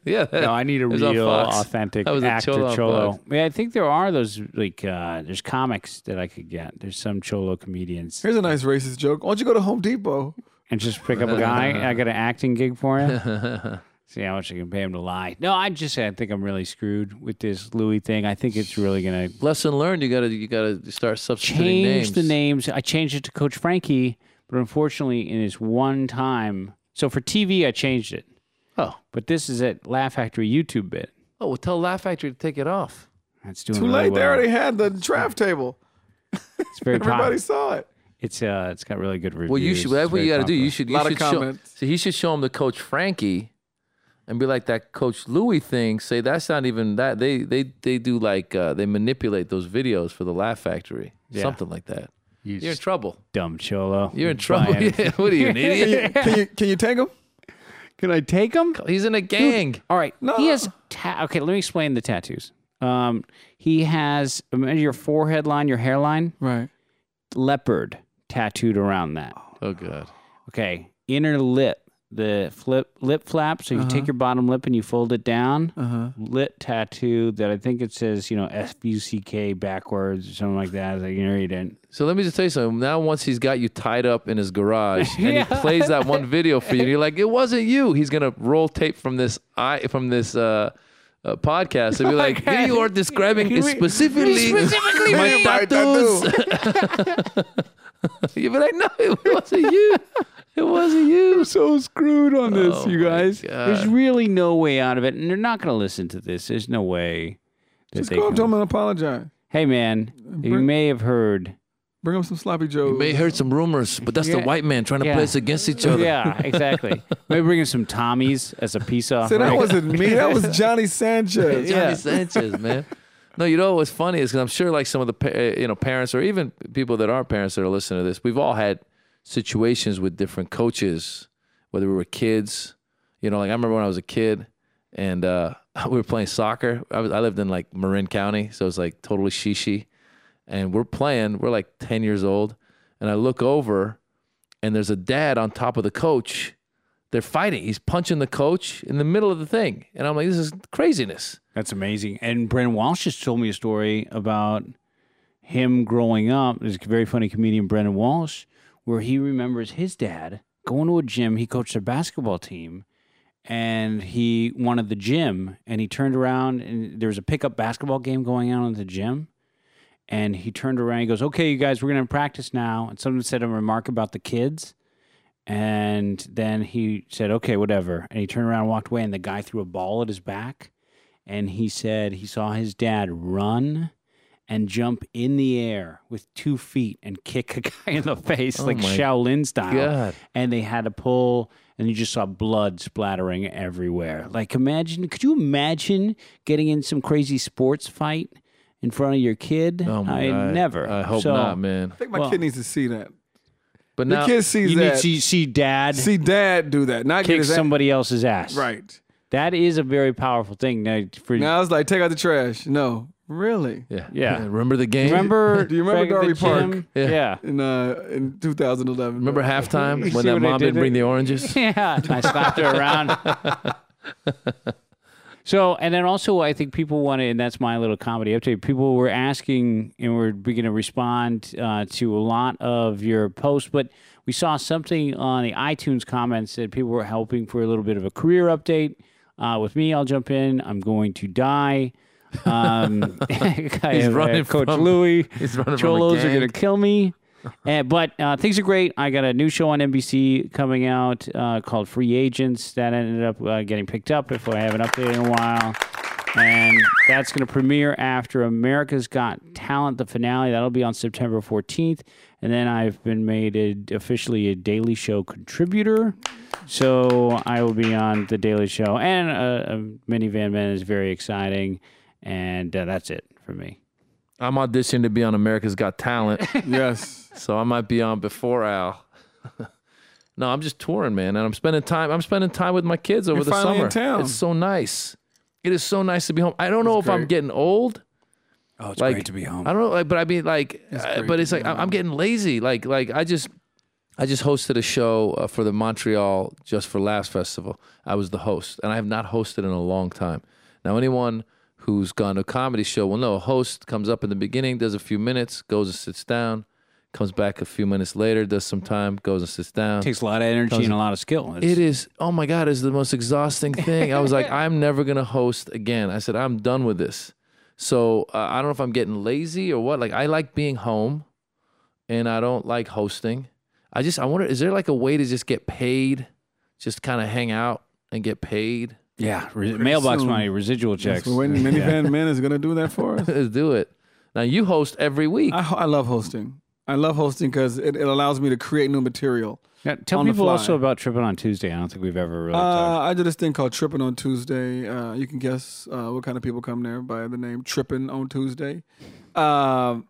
[SPEAKER 3] Yeah.
[SPEAKER 2] No, I need a
[SPEAKER 3] It was on
[SPEAKER 2] real
[SPEAKER 3] Fox.
[SPEAKER 2] authentic
[SPEAKER 3] That was a
[SPEAKER 2] actor
[SPEAKER 3] cholo
[SPEAKER 2] cholo.
[SPEAKER 3] on Fox.
[SPEAKER 2] Yeah, I think there are those like uh, there's comics that I could get. There's some cholo comedians
[SPEAKER 1] Here's a nice racist joke. Why don't you go to Home
[SPEAKER 3] Oh,
[SPEAKER 1] Depot?
[SPEAKER 2] and just pick up a guy. I got an acting gig for him. See how much I can pay him to lie. No, I just I think I'm really screwed with this Louis thing. I think it's really gonna
[SPEAKER 3] Lesson learned. You gotta, you gotta start substituting
[SPEAKER 2] change
[SPEAKER 3] names.
[SPEAKER 2] the names. I changed it to Coach Frankie, but unfortunately, in this one time, so for TV I changed it,
[SPEAKER 3] Oh,
[SPEAKER 2] but this is at Laugh Factory YouTube bit.
[SPEAKER 3] oh, well, tell Laugh Factory to take it off.
[SPEAKER 2] That's doing
[SPEAKER 1] Too
[SPEAKER 2] really
[SPEAKER 1] late. They
[SPEAKER 2] well.
[SPEAKER 1] already had the draft table.
[SPEAKER 2] It's very
[SPEAKER 1] Everybody
[SPEAKER 2] popular.
[SPEAKER 1] saw it.
[SPEAKER 2] It's uh, it's got really good reviews.
[SPEAKER 3] Well, you should.
[SPEAKER 2] It's
[SPEAKER 3] That's what
[SPEAKER 2] very
[SPEAKER 3] you got to do.
[SPEAKER 2] popular.
[SPEAKER 3] You should. You
[SPEAKER 1] Lot of
[SPEAKER 3] should show,
[SPEAKER 1] comments.
[SPEAKER 3] so he should show him the coach Frankie, and be like that coach Louis thing. Say that's not even that. They they they do like uh, they manipulate those videos for the Laugh Factory.
[SPEAKER 2] Yeah.
[SPEAKER 3] Something like that.
[SPEAKER 2] You
[SPEAKER 3] You're in trouble.
[SPEAKER 2] dumb cholo.
[SPEAKER 3] You're in trouble.
[SPEAKER 2] Brian.
[SPEAKER 3] Yeah. What are you, an idiot?
[SPEAKER 1] Can you can you take him?
[SPEAKER 2] Can I take him?
[SPEAKER 3] He's in a gang.
[SPEAKER 2] All right.
[SPEAKER 1] No.
[SPEAKER 2] He has ta- okay. Let me explain the tattoos. Um, he has imagine your forehead line, your hairline,
[SPEAKER 1] Right.
[SPEAKER 2] leopard tattooed around that.
[SPEAKER 3] Oh God.
[SPEAKER 2] Okay, inner lip, the flip lip flap. So you take your bottom lip and you fold it down. Uh-huh. Lip tattoo that I think it says you know S U C K backwards or something like that. I was like, you know, you didn't.
[SPEAKER 3] So let me just tell you something. Now, once he's got you tied up in his garage and he plays that one video for you, and you're like, "It wasn't you." He's gonna roll tape from this i from this uh, uh, podcast and be like, "Here you are describing specifically,
[SPEAKER 2] specifically
[SPEAKER 3] my
[SPEAKER 1] my
[SPEAKER 3] tattoos." You'd be like, "No, it wasn't you. It wasn't you."
[SPEAKER 2] so screwed on this,
[SPEAKER 3] Oh
[SPEAKER 2] you
[SPEAKER 3] my
[SPEAKER 2] guys.
[SPEAKER 3] God.
[SPEAKER 2] There's really no way out of it, and they're not going to listen to this. There's no way that
[SPEAKER 1] Just
[SPEAKER 2] they
[SPEAKER 1] go up
[SPEAKER 2] can-
[SPEAKER 1] to him and apologize.
[SPEAKER 2] Hey, man, you may have heard.
[SPEAKER 1] Bring him some sloppy joes.
[SPEAKER 3] You may heard some rumors, but that's the
[SPEAKER 2] Yeah.
[SPEAKER 3] white man trying to
[SPEAKER 2] Yeah.
[SPEAKER 3] play us against each other.
[SPEAKER 2] Yeah, exactly. Maybe bring in some Tommies as a peace
[SPEAKER 1] Say
[SPEAKER 2] offering.
[SPEAKER 1] that wasn't me. That was Johnny Sanchez.
[SPEAKER 3] Johnny
[SPEAKER 2] Yeah.
[SPEAKER 3] Sanchez, man. No, you know what's funny is because I'm sure like some of the pa- uh, you know parents or even people that aren't parents that are listening to this, we've all had situations with different coaches, whether we were kids. You know, like I remember when I was a kid and uh, we were playing soccer. I, was, I lived in like Marin County, so it's like totally shishi. And we're playing. We're like ten years old, and I look over, and there's a dad on top of the coach. They're fighting. He's punching the coach in the middle of the thing, and I'm like, this is craziness.
[SPEAKER 2] That's amazing. And Brendan Walsh just told me a story about him growing up. There's a very funny comedian, Brendan Walsh, where he remembers his dad going to a gym. He coached a basketball team and he wanted the gym. And he turned around and there was a pickup basketball game going on at the gym. And he turned around. He goes, "Okay, you guys, we're gonna practice now." And someone said a remark about the kids, and then he said, "Okay, whatever." And he turned around and walked away. And the guy threw a ball at his back, and he said he saw his dad run and jump in the air with two feet and kick a guy in the face like
[SPEAKER 3] Oh my
[SPEAKER 2] Shaolin style.
[SPEAKER 3] God.
[SPEAKER 2] And they had to pull. and you just saw blood splattering everywhere. Like, imagine, could you imagine getting in some crazy sports fight in front of your kid?
[SPEAKER 3] Oh my
[SPEAKER 2] I
[SPEAKER 3] God.
[SPEAKER 2] never.
[SPEAKER 3] I hope
[SPEAKER 2] So,
[SPEAKER 3] not, man.
[SPEAKER 1] I think my
[SPEAKER 2] Well-
[SPEAKER 1] kid needs to see that.
[SPEAKER 3] But
[SPEAKER 1] The
[SPEAKER 3] now,
[SPEAKER 1] kid sees
[SPEAKER 2] You need
[SPEAKER 1] that.
[SPEAKER 2] to see, see dad
[SPEAKER 1] see dad do that. Not get
[SPEAKER 2] kick
[SPEAKER 1] his ass-
[SPEAKER 2] somebody else's ass.
[SPEAKER 1] Right.
[SPEAKER 2] That is a very powerful thing. Now, for,
[SPEAKER 1] Now it's like, take out the trash. No. Really?
[SPEAKER 3] yeah,
[SPEAKER 2] Yeah.
[SPEAKER 3] Remember the game?
[SPEAKER 2] remember,
[SPEAKER 1] Do you remember
[SPEAKER 2] back at the
[SPEAKER 1] Darby Park?
[SPEAKER 2] gym?
[SPEAKER 3] Yeah.
[SPEAKER 2] yeah.
[SPEAKER 1] In uh in 2011.
[SPEAKER 3] Remember halftime when
[SPEAKER 2] see
[SPEAKER 3] that
[SPEAKER 2] what I
[SPEAKER 3] mom
[SPEAKER 2] did
[SPEAKER 3] didn't bring
[SPEAKER 2] there?
[SPEAKER 3] the oranges?
[SPEAKER 2] Yeah, and I slapped her around. so, and then also, I think people wanted, and that's my little comedy update. People were asking, and we're beginning to respond uh, to a lot of your posts, but we saw something on the iTunes comments that people were helping for a little bit of a career update. Uh, with me, I'll jump in. I'm going to die. Um, He's
[SPEAKER 3] running
[SPEAKER 2] Coach
[SPEAKER 3] from-
[SPEAKER 2] Louie.
[SPEAKER 3] he's running from a
[SPEAKER 2] Cholos are
[SPEAKER 3] gang.
[SPEAKER 2] gonna kill me. Uh, but uh, things are great. I got a new show on NBC coming out uh, called Free Agents that ended up uh, getting picked up if I haven't updated in a while. And that's going to premiere after America's Got Talent, the finale. That'll be on September 14th. And then I've been made a, officially a Daily Show contributor. So I will be on The Daily Show. And uh, uh, Minivan Man is very exciting. And uh, that's it for me.
[SPEAKER 3] I'm auditioning to be on America's Got Talent,
[SPEAKER 1] Yes.
[SPEAKER 3] so I might be on before Al. no, I'm just touring, man, and I'm spending time. I'm spending time with my kids over
[SPEAKER 1] You're
[SPEAKER 3] the
[SPEAKER 1] finally in
[SPEAKER 3] summer.
[SPEAKER 1] town.
[SPEAKER 3] It's so nice. It is so nice to be home. I don't know if I'm
[SPEAKER 1] great.
[SPEAKER 3] getting old.
[SPEAKER 2] Oh, it's
[SPEAKER 3] Like, great to
[SPEAKER 2] be home.
[SPEAKER 3] I don't know, like, but I mean, like, uh,
[SPEAKER 1] great
[SPEAKER 3] but
[SPEAKER 1] to
[SPEAKER 3] it's
[SPEAKER 1] be
[SPEAKER 3] like I- I'm getting lazy. Like, like I just, I just hosted a show uh, for the Montreal Just for Laughs Festival. I was the host, and I have not hosted in a long time. Now, anyone who's gone to a comedy show will know a host comes up in the beginning, does a few minutes, goes and sits down, comes back a few minutes later, does some time, goes and sits down.
[SPEAKER 2] takes a lot of energy and a lot of skill. It's-
[SPEAKER 3] It is. Oh my God! It's the most exhausting thing. I was like, I'm never gonna host again. I said, I'm done with this. So uh, I don't know if I'm getting lazy or what. Like I like being home, and I don't like hosting. I just I wonder, is there like a way to just get paid, just kind of hang out and get paid?
[SPEAKER 2] yeah, re- mailbox
[SPEAKER 1] soon.
[SPEAKER 2] money, residual checks.
[SPEAKER 1] Yes, we're waiting. Minivan Man is gonna do that for us.
[SPEAKER 3] Let's do it. Now you host every week.
[SPEAKER 1] I, ho- I love hosting. I love hosting because it, it allows me to create new material.
[SPEAKER 2] Now, tell
[SPEAKER 1] On the
[SPEAKER 2] people
[SPEAKER 1] fly.
[SPEAKER 2] also about tripping on Tuesday. I don't think we've ever really
[SPEAKER 1] Uh,
[SPEAKER 2] talked.
[SPEAKER 1] I do this thing called Tripping on Tuesday. Uh, you can guess uh, what kind of people come there by the name Tripping on Tuesday. Um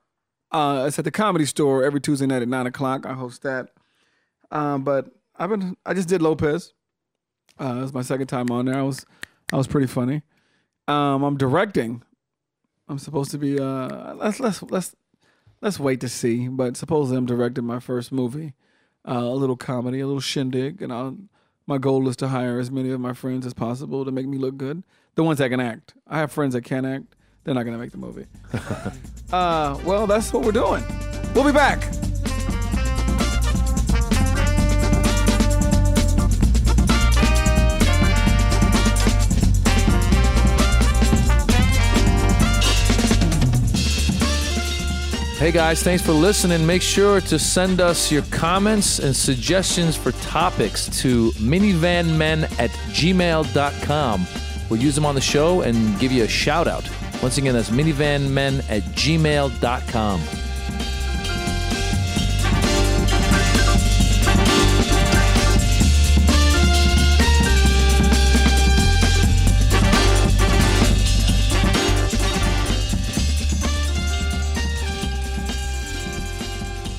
[SPEAKER 1] uh, it's at the Comedy Store every Tuesday night at nine o'clock. I host that. Um, but I've been I just did Lopez. Uh, it's my second time on there. I was I was pretty funny. Um, I'm directing. I'm supposed to be uh, let's let's let's let's wait to see. But supposedly I'm directing my first movie, uh, a little comedy, a little shindig, and I'll my goal is to hire as many of my friends as possible to make me look good. The ones that can act. I have friends that can't act. They're not going to make the movie. uh, well, that's what we're doing. We'll be back.
[SPEAKER 3] Hey guys, thanks for listening. Make sure to send us your comments and suggestions for topics to minivanmen at gmail.com. We'll use them on the show and give you a shout out. Once again, that's minivanmen at gmail.com.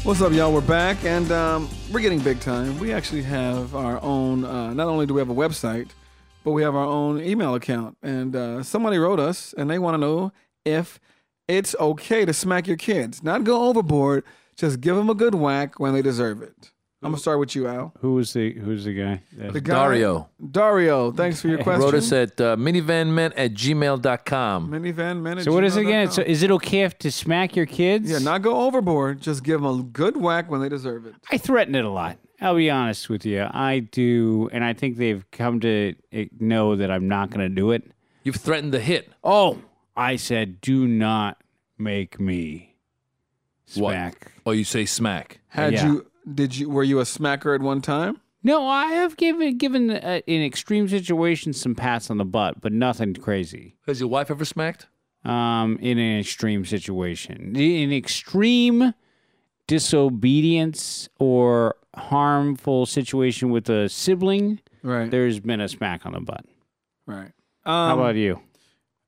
[SPEAKER 1] What's up, y'all? We're back, and um, we're getting big time. We actually have our own. Uh, not only do we have a website, but we have our own email account. And uh, somebody wrote us, and they want to know if it's okay to smack your kids. Not go overboard. Just give them a good whack when they deserve it. I'm gonna start with you, Al.
[SPEAKER 2] Who was the Who's the guy? Uh, that-
[SPEAKER 1] The guy-
[SPEAKER 3] Dario.
[SPEAKER 1] Dario, thanks for your question.
[SPEAKER 3] Wrote us at uh, minivanmen at gmail.com.
[SPEAKER 1] Minivan manager.
[SPEAKER 2] so what is it again? So is it okay if to smack your kids?
[SPEAKER 1] yeah, not go overboard. Just give them a good whack when they deserve it.
[SPEAKER 2] I threaten it a lot. I'll be honest with you. I do, and I think they've come to eh, know that I'm not going to do it.
[SPEAKER 3] You've threatened the hit.
[SPEAKER 2] Oh, I said, do not make me
[SPEAKER 3] What?
[SPEAKER 2] smack.
[SPEAKER 3] Oh, you say smack.
[SPEAKER 1] Had
[SPEAKER 2] Yeah.
[SPEAKER 1] you? Did you? Were you a smacker at one time?
[SPEAKER 2] No, I have given given uh, in extreme situations some pats on the butt, but nothing crazy.
[SPEAKER 3] Has your wife ever smacked?
[SPEAKER 2] um, in an extreme situation, in extreme disobedience or harmful situation with a sibling,
[SPEAKER 1] Right.
[SPEAKER 2] there's been a smack on the butt.
[SPEAKER 1] Right.
[SPEAKER 2] How
[SPEAKER 1] Um,
[SPEAKER 2] about you?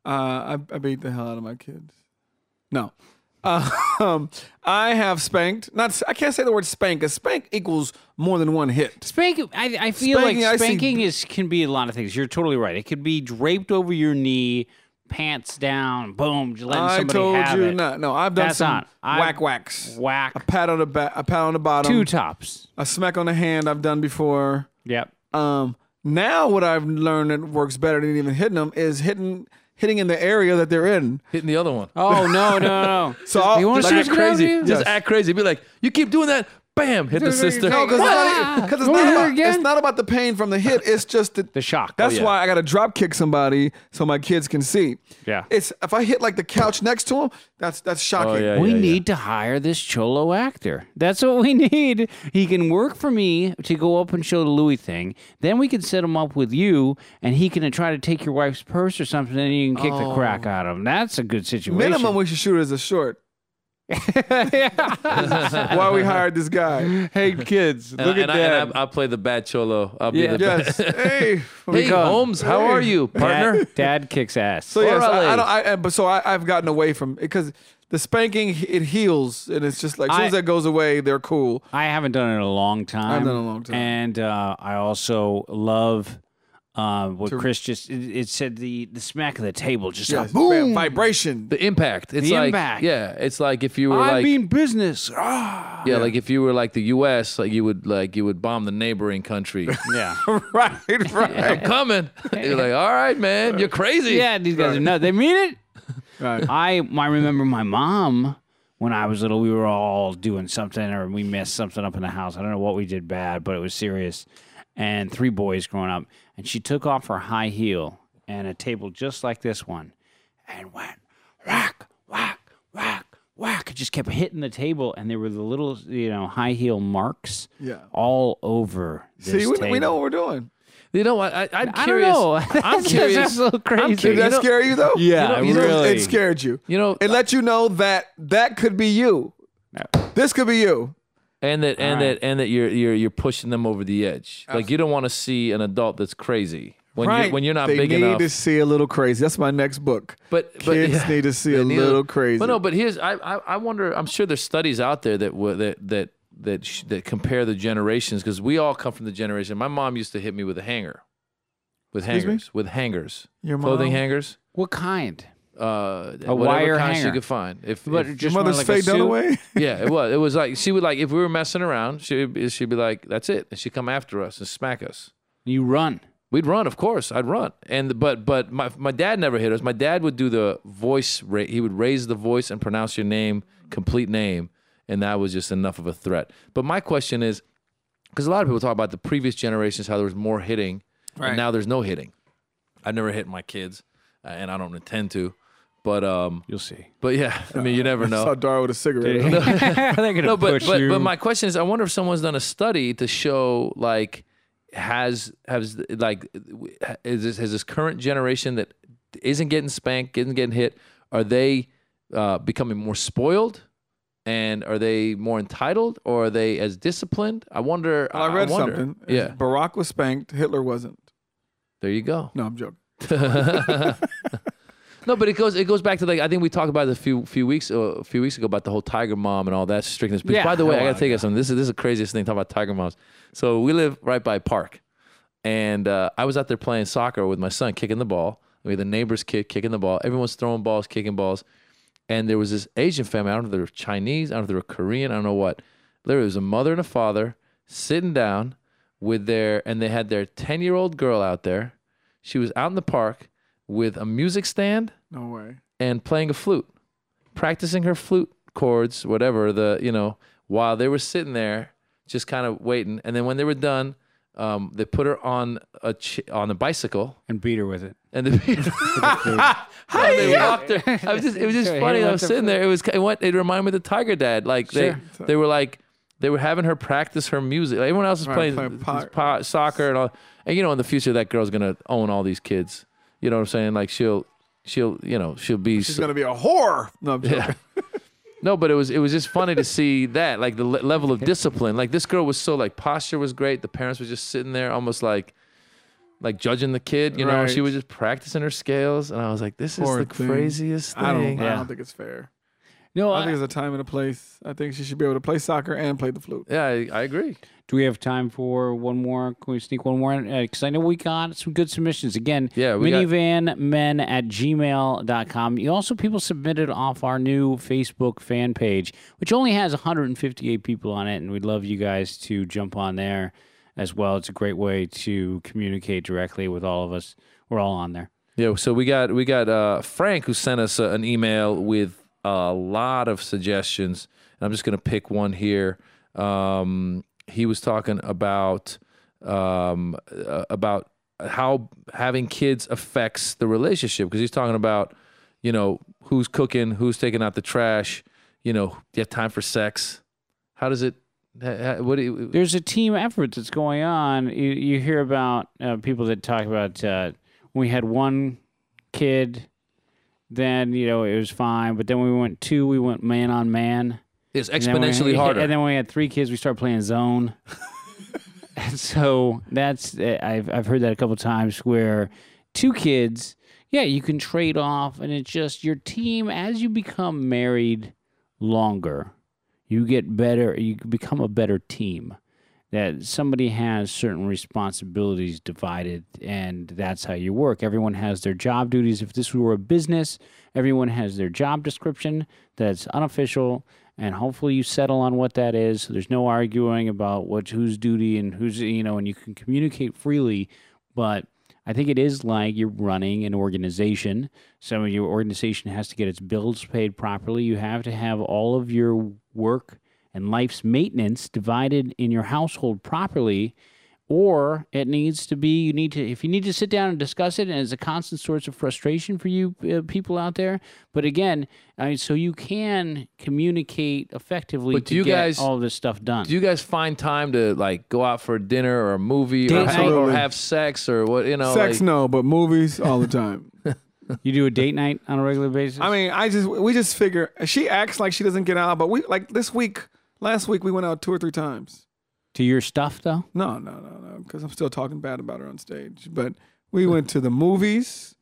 [SPEAKER 1] Uh, I, I beat the hell out of my kids. No. Uh, um, I have spanked. Not. s- I can't say the word spank. A spank equals more than one hit.
[SPEAKER 2] Spanking, I, I feel
[SPEAKER 1] Spanking, I
[SPEAKER 2] like
[SPEAKER 1] see-
[SPEAKER 2] spanking is can be a lot of things. You're totally right. It could be draped over your knee, pants down, boom, just letting
[SPEAKER 1] I
[SPEAKER 2] somebody
[SPEAKER 1] told
[SPEAKER 2] have
[SPEAKER 1] you
[SPEAKER 2] it.
[SPEAKER 1] not. No, I've done
[SPEAKER 2] That's
[SPEAKER 1] some
[SPEAKER 2] not- I-
[SPEAKER 1] whack whacks. A
[SPEAKER 2] Whack,
[SPEAKER 1] pat on the back. A pat on the bottom.
[SPEAKER 2] two tops.
[SPEAKER 1] A smack on the hand. I've done before.
[SPEAKER 2] Yep.
[SPEAKER 1] Um, now what I've learned that works better than even hitting them is hitting hitting in the area that they're in.
[SPEAKER 3] hitting the other one.
[SPEAKER 2] Oh no, no, no.
[SPEAKER 1] So I'll-
[SPEAKER 2] you want
[SPEAKER 1] Uh, like
[SPEAKER 2] to
[SPEAKER 1] a
[SPEAKER 2] see what's
[SPEAKER 3] crazy.
[SPEAKER 2] going on with you?
[SPEAKER 3] Just act crazy. Be like, you keep doing that. Bam, hit the sister.
[SPEAKER 1] No, because it's, not,
[SPEAKER 2] Ah!
[SPEAKER 1] 'cause it's,
[SPEAKER 2] Go
[SPEAKER 1] not
[SPEAKER 2] here
[SPEAKER 1] about,
[SPEAKER 2] again?
[SPEAKER 1] it's not about the pain from the hit. It's just the,
[SPEAKER 2] The shock.
[SPEAKER 1] That's
[SPEAKER 3] yeah.
[SPEAKER 1] why I got to drop kick somebody so my kids can see.
[SPEAKER 2] Yeah.
[SPEAKER 1] It's if I hit like the couch next to him, that's that's shocking.
[SPEAKER 3] Oh, yeah,
[SPEAKER 2] we
[SPEAKER 3] yeah, yeah.
[SPEAKER 2] need to hire this cholo actor. That's what we need. He can work for me to go up and show the Louis thing. Then we can set him up with you, and he can try to take your wife's purse or something, and you can kick the crack out of him. That's a good situation.
[SPEAKER 1] Oh. Minimum we should shoot is a short. why we hired this guy?
[SPEAKER 2] hey kids,
[SPEAKER 3] And, and, I, and I, I play the bad cholo. I'll be
[SPEAKER 2] Yeah.
[SPEAKER 3] the
[SPEAKER 1] Yes. hey.
[SPEAKER 3] Hey,
[SPEAKER 2] Because-
[SPEAKER 3] Holmes, how are you, partner?
[SPEAKER 2] Dad, Dad kicks ass.
[SPEAKER 1] So yes, I, I
[SPEAKER 3] Orale.
[SPEAKER 1] don't. I, I- but so I, I've gotten away from because the spanking it heals and it's just like as soon
[SPEAKER 2] I-
[SPEAKER 1] as that goes away, they're cool.
[SPEAKER 2] I haven't done it in a long time.
[SPEAKER 1] done it in a long time.
[SPEAKER 2] and uh, I also love uh, what Chris just it, it said the the smack of the table just
[SPEAKER 1] Yes.
[SPEAKER 2] like boom.
[SPEAKER 1] Bam, vibration.
[SPEAKER 3] The impact. It's
[SPEAKER 2] The
[SPEAKER 3] like
[SPEAKER 2] impact.
[SPEAKER 3] yeah, it's like if you were
[SPEAKER 2] I
[SPEAKER 3] like
[SPEAKER 2] mean business. Ah.
[SPEAKER 3] yeah, like if you were like the U.S., like you would like you would bomb the neighboring country.
[SPEAKER 2] Yeah.
[SPEAKER 1] right,
[SPEAKER 3] I'm
[SPEAKER 1] right,
[SPEAKER 3] coming. You're like, all right, man, you're crazy.
[SPEAKER 2] yeah, these guys are nuts. They mean it.
[SPEAKER 1] right.
[SPEAKER 2] I I remember my mom when I was little. We were all doing something, or we messed something up in the house. I don't know what we did bad, but it was serious. And three boys growing up, and she took off her high heel and a table just like this one, and went whack whack whack whack. It just kept hitting the table, and there were the little you know high heel marks
[SPEAKER 1] Yeah.
[SPEAKER 2] all over. This
[SPEAKER 1] See, we,
[SPEAKER 2] table.
[SPEAKER 1] we know what we're doing.
[SPEAKER 3] You know what? I, I'm
[SPEAKER 2] I don't
[SPEAKER 3] curious.
[SPEAKER 2] know.
[SPEAKER 3] I'm
[SPEAKER 2] That's
[SPEAKER 3] curious.
[SPEAKER 2] just a little
[SPEAKER 3] I'm
[SPEAKER 2] crazy.
[SPEAKER 1] Did
[SPEAKER 3] You
[SPEAKER 1] that
[SPEAKER 3] know-
[SPEAKER 1] scare you though?
[SPEAKER 2] Yeah,
[SPEAKER 1] You know,
[SPEAKER 2] really.
[SPEAKER 1] It scared you.
[SPEAKER 3] You know, uh,
[SPEAKER 1] It let you know that that could be you. This could be you.
[SPEAKER 3] and that and
[SPEAKER 2] right.
[SPEAKER 3] that and that you're you're you're pushing them over the edge. Like you don't want to see an adult that's crazy when you when you're not
[SPEAKER 1] they
[SPEAKER 3] big
[SPEAKER 1] need
[SPEAKER 3] enough.
[SPEAKER 1] to see a little crazy. That's my next book.
[SPEAKER 3] But but
[SPEAKER 1] kids
[SPEAKER 3] yeah,
[SPEAKER 1] need to see
[SPEAKER 3] they
[SPEAKER 1] a
[SPEAKER 3] need
[SPEAKER 1] little crazy.
[SPEAKER 3] But no, but here's I, I I wonder. I'm sure there's studies out there that were that that that sh- that compare the generations because we all come from the generation. My mom used to hit me with a hanger, with
[SPEAKER 1] Excuse me?
[SPEAKER 3] hangers, with hangers,
[SPEAKER 1] Your
[SPEAKER 3] clothing
[SPEAKER 1] mom?
[SPEAKER 3] hangers,
[SPEAKER 2] what kind?
[SPEAKER 3] uh, a
[SPEAKER 2] wire
[SPEAKER 3] kind
[SPEAKER 2] hanger.
[SPEAKER 3] she could find. If,
[SPEAKER 2] But
[SPEAKER 3] if-
[SPEAKER 2] just
[SPEAKER 1] Your mother's
[SPEAKER 2] more
[SPEAKER 1] Faye
[SPEAKER 2] like a suit?
[SPEAKER 1] Dunaway.
[SPEAKER 3] yeah, it was. It was like she would like if we were messing around, she would be- she'd be like, "That's it," and she'd come after us and smack us.
[SPEAKER 2] You run.
[SPEAKER 3] We'd run, of course. I'd run, and but but my my dad never hit us. My dad would do the voice. Ra- he would raise the voice and pronounce your name, complete name, and that was just enough of a threat. But my question is, because a lot of people talk about the previous generations, how there was more hitting,
[SPEAKER 1] Right.
[SPEAKER 3] and now there's no hitting. I never hit my kids, uh, and I don't intend to. But um,
[SPEAKER 2] You'll see.
[SPEAKER 3] but yeah, I mean, you never know.
[SPEAKER 1] Saw Dara with a cigarette.
[SPEAKER 2] They're gonna
[SPEAKER 3] No, but
[SPEAKER 2] push
[SPEAKER 3] but,
[SPEAKER 2] you.
[SPEAKER 3] but my question is, I wonder if someone's done a study to show like has has like is this has this current generation that isn't getting spanked, isn't getting hit, are they uh, becoming more spoiled? And are they more entitled, or are they as disciplined? I wonder.
[SPEAKER 1] I read
[SPEAKER 3] wonder.
[SPEAKER 1] something.
[SPEAKER 3] Yeah,
[SPEAKER 1] Barack was spanked. Hitler wasn't.
[SPEAKER 3] there you go.
[SPEAKER 1] No, I'm joking.
[SPEAKER 3] No, but it goes it goes back to like I think we talked about it a few few weeks uh, a few weeks ago about the whole tiger mom and all that strictness. But
[SPEAKER 2] Yeah,
[SPEAKER 3] by the way,
[SPEAKER 2] a
[SPEAKER 3] I
[SPEAKER 2] while
[SPEAKER 3] gotta take us something. This is this is the craziest thing talking about tiger moms. So we live right by a park, and uh, I was out there playing soccer with my son, kicking the ball. We had the neighbor's kid kicking the ball. Everyone's throwing balls, kicking balls, and there was this Asian family. I don't know if they were Chinese, I don't know if they were Korean, I don't know what. There was a mother and a father sitting down with their and they had their ten year old girl out there. She was out in the park with a music stand
[SPEAKER 1] No way.
[SPEAKER 3] and playing a flute, practicing her flute chords, whatever the you know, while they were sitting there just kind of waiting. And then when they were done, um, they put her on a ch- on a bicycle
[SPEAKER 2] and beat her with it.
[SPEAKER 3] and then how they walked her. I was just, it was just
[SPEAKER 2] Sure,
[SPEAKER 3] funny.
[SPEAKER 2] he
[SPEAKER 3] I
[SPEAKER 2] walked
[SPEAKER 3] was
[SPEAKER 2] her
[SPEAKER 3] sitting there. It was it went. It reminded me of the Tiger Dad. Like they they were like they were having her practice her music. Like, everyone else is playing,
[SPEAKER 1] playing
[SPEAKER 3] this
[SPEAKER 1] po-
[SPEAKER 3] po- soccer and all. And you know, in the future, that girl's gonna own all these kids. You know what I'm saying? Like she'll she'll you know she'll be
[SPEAKER 1] She's gonna be a whore. No, I'm joking.
[SPEAKER 3] yeah. No, but it was it was just funny to see that like the le- level of discipline. Like this girl was so like posture was great. The parents were just sitting there almost like like judging the kid, you know. and She
[SPEAKER 1] Right.
[SPEAKER 3] was just practicing her scales, and I was like, this is
[SPEAKER 1] Poor
[SPEAKER 3] the
[SPEAKER 1] thing.
[SPEAKER 3] craziest thing.
[SPEAKER 1] I don't. I
[SPEAKER 2] Yeah.
[SPEAKER 1] don't think it's fair.
[SPEAKER 2] No,
[SPEAKER 1] I think
[SPEAKER 2] I-
[SPEAKER 1] there's a time and a place. I think she should be able to play soccer and play the flute.
[SPEAKER 3] Yeah, I, I agree.
[SPEAKER 2] do we have time for one more? Can we sneak one more in? Because I know we got some good submissions. Again,
[SPEAKER 3] Yeah, we got-
[SPEAKER 2] minivanmen at gmail.com. You also, people submitted off our new Facebook fan page, which only has 158 people on it. And we'd love you guys to jump on there as well. It's a great way to communicate directly with all of us. We're all on there.
[SPEAKER 3] Yeah, so we got we got uh, Frank who sent us uh, an email with a lot of suggestions, and I'm just gonna pick one here. Um, he was talking about um, uh, about how having kids affects the relationship because he's talking about you know who's cooking, who's taking out the trash, you know, do you have time for sex? How does it? ha- ha- What do you,
[SPEAKER 2] there's a team effort that's going on. You, you hear about uh, people that talk about uh, we had one kid, then you know it was fine, but then we went two, we went man on man,
[SPEAKER 3] it's
[SPEAKER 2] and then we-
[SPEAKER 3] exponentially harder.
[SPEAKER 2] and then when we had three kids, we started playing zone. and so that's uh, I've I've heard that a couple times where two kids, yeah, you can trade off, and it's just your team as you become married longer you get better you become a better team that somebody has certain responsibilities divided and that's how you work everyone has their job duties if this were a business everyone has their job description that's unofficial and hopefully you settle on what that is so there's no arguing about what's whose duty and who's you know and you can communicate freely but I think it is like you're running an organization. Some of your organization has to get its bills paid properly. You have to have all of your work and life's maintenance divided in your household properly. Or it needs to be, you need to, if you need to sit down and discuss it, and it's a constant source of frustration for you uh, people out there. But again, I mean, so you can communicate effectively
[SPEAKER 3] But
[SPEAKER 2] to
[SPEAKER 3] do you
[SPEAKER 2] get
[SPEAKER 3] guys-
[SPEAKER 2] all this stuff done.
[SPEAKER 3] do you guys find time to like go out for a dinner or a movie or,
[SPEAKER 2] Date
[SPEAKER 3] ha- or
[SPEAKER 1] night.
[SPEAKER 3] have sex or what you know
[SPEAKER 1] Sex,
[SPEAKER 3] like,
[SPEAKER 1] no, but movies all the time.
[SPEAKER 2] you do a date night on a regular basis?
[SPEAKER 1] I mean, I just we just figure she acts like she doesn't get out, but we like this week, last week we went out two or three times.
[SPEAKER 2] to your stuff, though?
[SPEAKER 1] No, no, no, no, because I'm still talking bad about her on stage. But we went to the movies.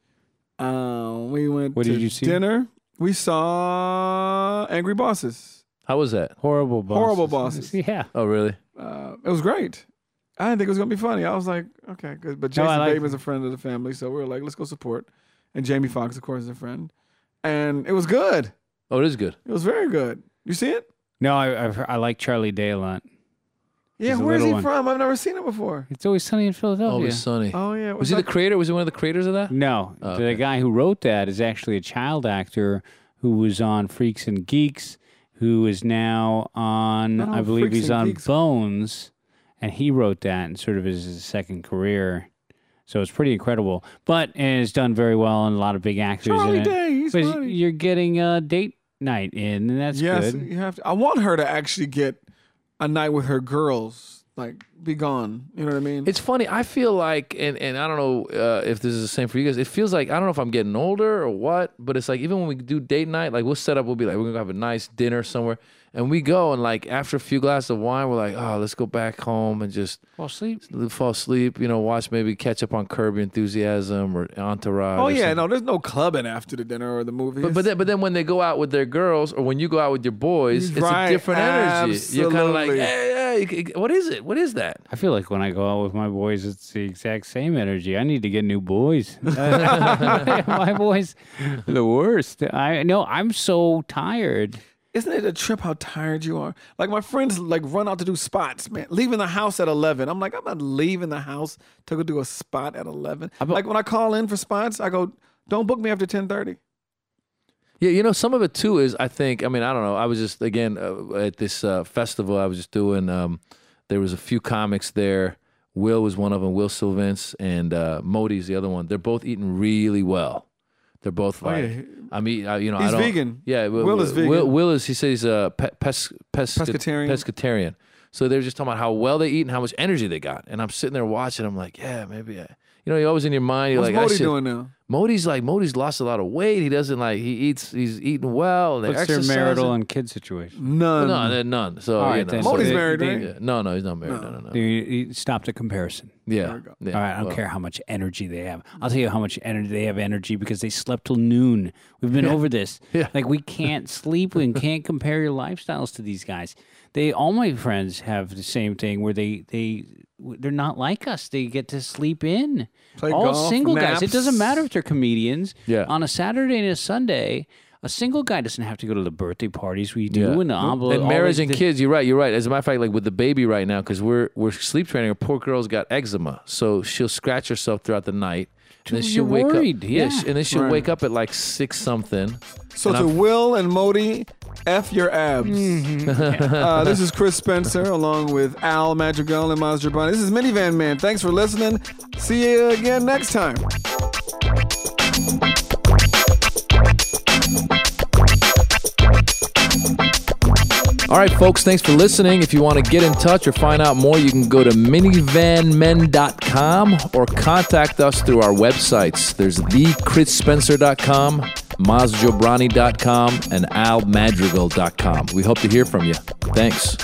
[SPEAKER 1] Um, we went
[SPEAKER 2] What
[SPEAKER 1] to
[SPEAKER 2] did you see?
[SPEAKER 1] dinner. We saw Angry Bosses.
[SPEAKER 3] how was that
[SPEAKER 2] Horrible bosses.
[SPEAKER 1] Horrible bosses.
[SPEAKER 2] Yeah.
[SPEAKER 3] oh really
[SPEAKER 1] Uh, it was great. I didn't think it was gonna be funny. I was like, okay, good. But
[SPEAKER 2] No, I
[SPEAKER 1] Jason
[SPEAKER 2] like-
[SPEAKER 1] Bateman's a friend of the family, so we were like, let's go support. And Jamie Foxx, of course, is a friend. And it was good.
[SPEAKER 3] oh it is good
[SPEAKER 1] It was very good. You see it?
[SPEAKER 2] No, I I've, heard- I like Charlie Day a lot.
[SPEAKER 1] Yeah,
[SPEAKER 2] He's a
[SPEAKER 1] where's
[SPEAKER 2] little
[SPEAKER 1] he
[SPEAKER 2] one.
[SPEAKER 1] from? I've never seen it before.
[SPEAKER 2] It's always sunny in Philadelphia.
[SPEAKER 3] always sunny
[SPEAKER 1] Oh Mm. yeah,
[SPEAKER 3] was he the creator was he one of the creators of that
[SPEAKER 2] no,
[SPEAKER 3] Oh,
[SPEAKER 2] the
[SPEAKER 3] okay.
[SPEAKER 2] guy who wrote that is actually a child actor who was on Freaks and Geeks, who is now on,
[SPEAKER 1] Not
[SPEAKER 2] I
[SPEAKER 1] on
[SPEAKER 2] believe
[SPEAKER 1] Freaks
[SPEAKER 2] he's
[SPEAKER 1] and
[SPEAKER 2] on
[SPEAKER 1] Geeks.
[SPEAKER 2] Bones, and he wrote that and sort of is his second career. So it's pretty incredible, but and it's done very well, and a lot of big actors
[SPEAKER 1] Charlie
[SPEAKER 2] in it.
[SPEAKER 1] Day? He's
[SPEAKER 2] but
[SPEAKER 1] funny.
[SPEAKER 2] you're getting a date night in, and that's
[SPEAKER 1] yes,
[SPEAKER 2] good.
[SPEAKER 1] you have to. I want her to actually get a night with her girls. Like, be gone. You know what I mean?
[SPEAKER 3] it's funny i feel like and, and i don't know uh, if this is the same for you guys it feels like i don't know if i'm getting older or what but it's like even when we do date night like we'll set up we'll be like we're gonna have a nice dinner somewhere and we go and like after a few glasses of wine we're like oh let's go back home and just
[SPEAKER 2] Fall asleep.
[SPEAKER 3] fall asleep you know watch maybe catch up on curb Your enthusiasm or entourage
[SPEAKER 1] oh
[SPEAKER 3] or
[SPEAKER 1] yeah,
[SPEAKER 3] something.
[SPEAKER 1] no, there's no clubbing after the dinner or the movie.
[SPEAKER 3] But, but then, but then when they go out with their girls, or when you go out with your boys, it's
[SPEAKER 1] Right,
[SPEAKER 3] a different energy. You're kind of like,
[SPEAKER 1] absolutely.
[SPEAKER 3] hey, hey, c- c- what is it? What is that?
[SPEAKER 2] I feel like when I go out with my boys, it's the exact same energy. I need to get new boys. my boys, the worst. I no, I'm so tired.
[SPEAKER 1] isn't it a trip how tired you are? Like my friends like run out to do spots, man. Leaving the house at eleven. I'm like, I'm not leaving the house to go do a spot at eleven. like when I call in for spots, I go, don't book me after ten thirty.
[SPEAKER 3] Yeah, you know, some of it too is I think. I mean, I don't know. I was just again uh, at this uh, festival. I was just doing. Um, there was a few comics there. Will was one of them. Will Sylvance and uh, Modi's the other one. They're both eating really well. They're both like,
[SPEAKER 1] Oh, yeah.
[SPEAKER 3] I mean, I, you know, I
[SPEAKER 1] He's
[SPEAKER 3] don't.
[SPEAKER 1] vegan.
[SPEAKER 3] Yeah,
[SPEAKER 1] Will is vegan.
[SPEAKER 3] Will, Will is he says uh, pe- pes, pes,
[SPEAKER 1] Pescatarian.
[SPEAKER 3] pescatarian. So they're just talking about how well they eat and how much energy they got. And I'm sitting there watching. I'm like, yeah, maybe I. You know, you're always in your mind. You're
[SPEAKER 1] What's
[SPEAKER 3] like, I
[SPEAKER 1] Modi
[SPEAKER 3] should-
[SPEAKER 1] doing now?
[SPEAKER 3] Modi's like Modi's lost a lot of weight. He doesn't like he eats. He's eating well. And
[SPEAKER 2] What's
[SPEAKER 3] they're
[SPEAKER 2] their marital
[SPEAKER 3] exercising.
[SPEAKER 2] and kid situation?
[SPEAKER 1] None.
[SPEAKER 3] No, they're none. So
[SPEAKER 2] All
[SPEAKER 3] you
[SPEAKER 2] right,
[SPEAKER 3] know,
[SPEAKER 2] then.
[SPEAKER 3] so
[SPEAKER 1] Modi's
[SPEAKER 3] they-
[SPEAKER 1] married,
[SPEAKER 2] they-
[SPEAKER 1] right?
[SPEAKER 3] yeah. No, no, he's not married. No, no, no.
[SPEAKER 2] You, you stop the comparison.
[SPEAKER 3] Yeah. yeah.
[SPEAKER 2] All right, I don't
[SPEAKER 3] Well,
[SPEAKER 2] care how much energy they have. I'll tell you how much energy they have energy because they slept till noon. We've been over this.
[SPEAKER 3] Yeah.
[SPEAKER 2] Like we can't sleep and can't compare your lifestyles to these guys. They all my friends have the same thing where they they they're not like us. They get to sleep in.
[SPEAKER 1] Play
[SPEAKER 2] all
[SPEAKER 1] golf,
[SPEAKER 2] single guys. It
[SPEAKER 1] naps.
[SPEAKER 2] doesn't matter if they're comedians.
[SPEAKER 3] Yeah.
[SPEAKER 2] On a Saturday and a Sunday, a single guy doesn't have to go to the birthday parties we do and the envelope.
[SPEAKER 3] and
[SPEAKER 2] all
[SPEAKER 3] marriage
[SPEAKER 2] these
[SPEAKER 3] and
[SPEAKER 2] thi-
[SPEAKER 3] kids. You're right. You're right. As a matter of fact, like with the baby right now, because we're we're sleep training. Her poor girl's got eczema, so she'll scratch herself throughout the night. And then
[SPEAKER 2] Dude,
[SPEAKER 3] she'll
[SPEAKER 2] you're
[SPEAKER 3] wake
[SPEAKER 2] worried,
[SPEAKER 3] up.
[SPEAKER 2] yeah.
[SPEAKER 3] sh- and then she'll wake up at like six something.
[SPEAKER 1] So to Will and Modi, F your abs.
[SPEAKER 3] Mm-hmm.
[SPEAKER 1] uh, this is Chris Spencer along with Al Madrigal and Miles Giovanni. This is Minivan Man. Thanks for listening. See you again next time.
[SPEAKER 3] All right, folks, thanks for listening. If you want to get in touch or find out more, you can go to minivanmen.com or contact us through our websites. There's thechrisspencer.com, mazjobrani.com, and almadrigal.com. We hope to hear from you. Thanks.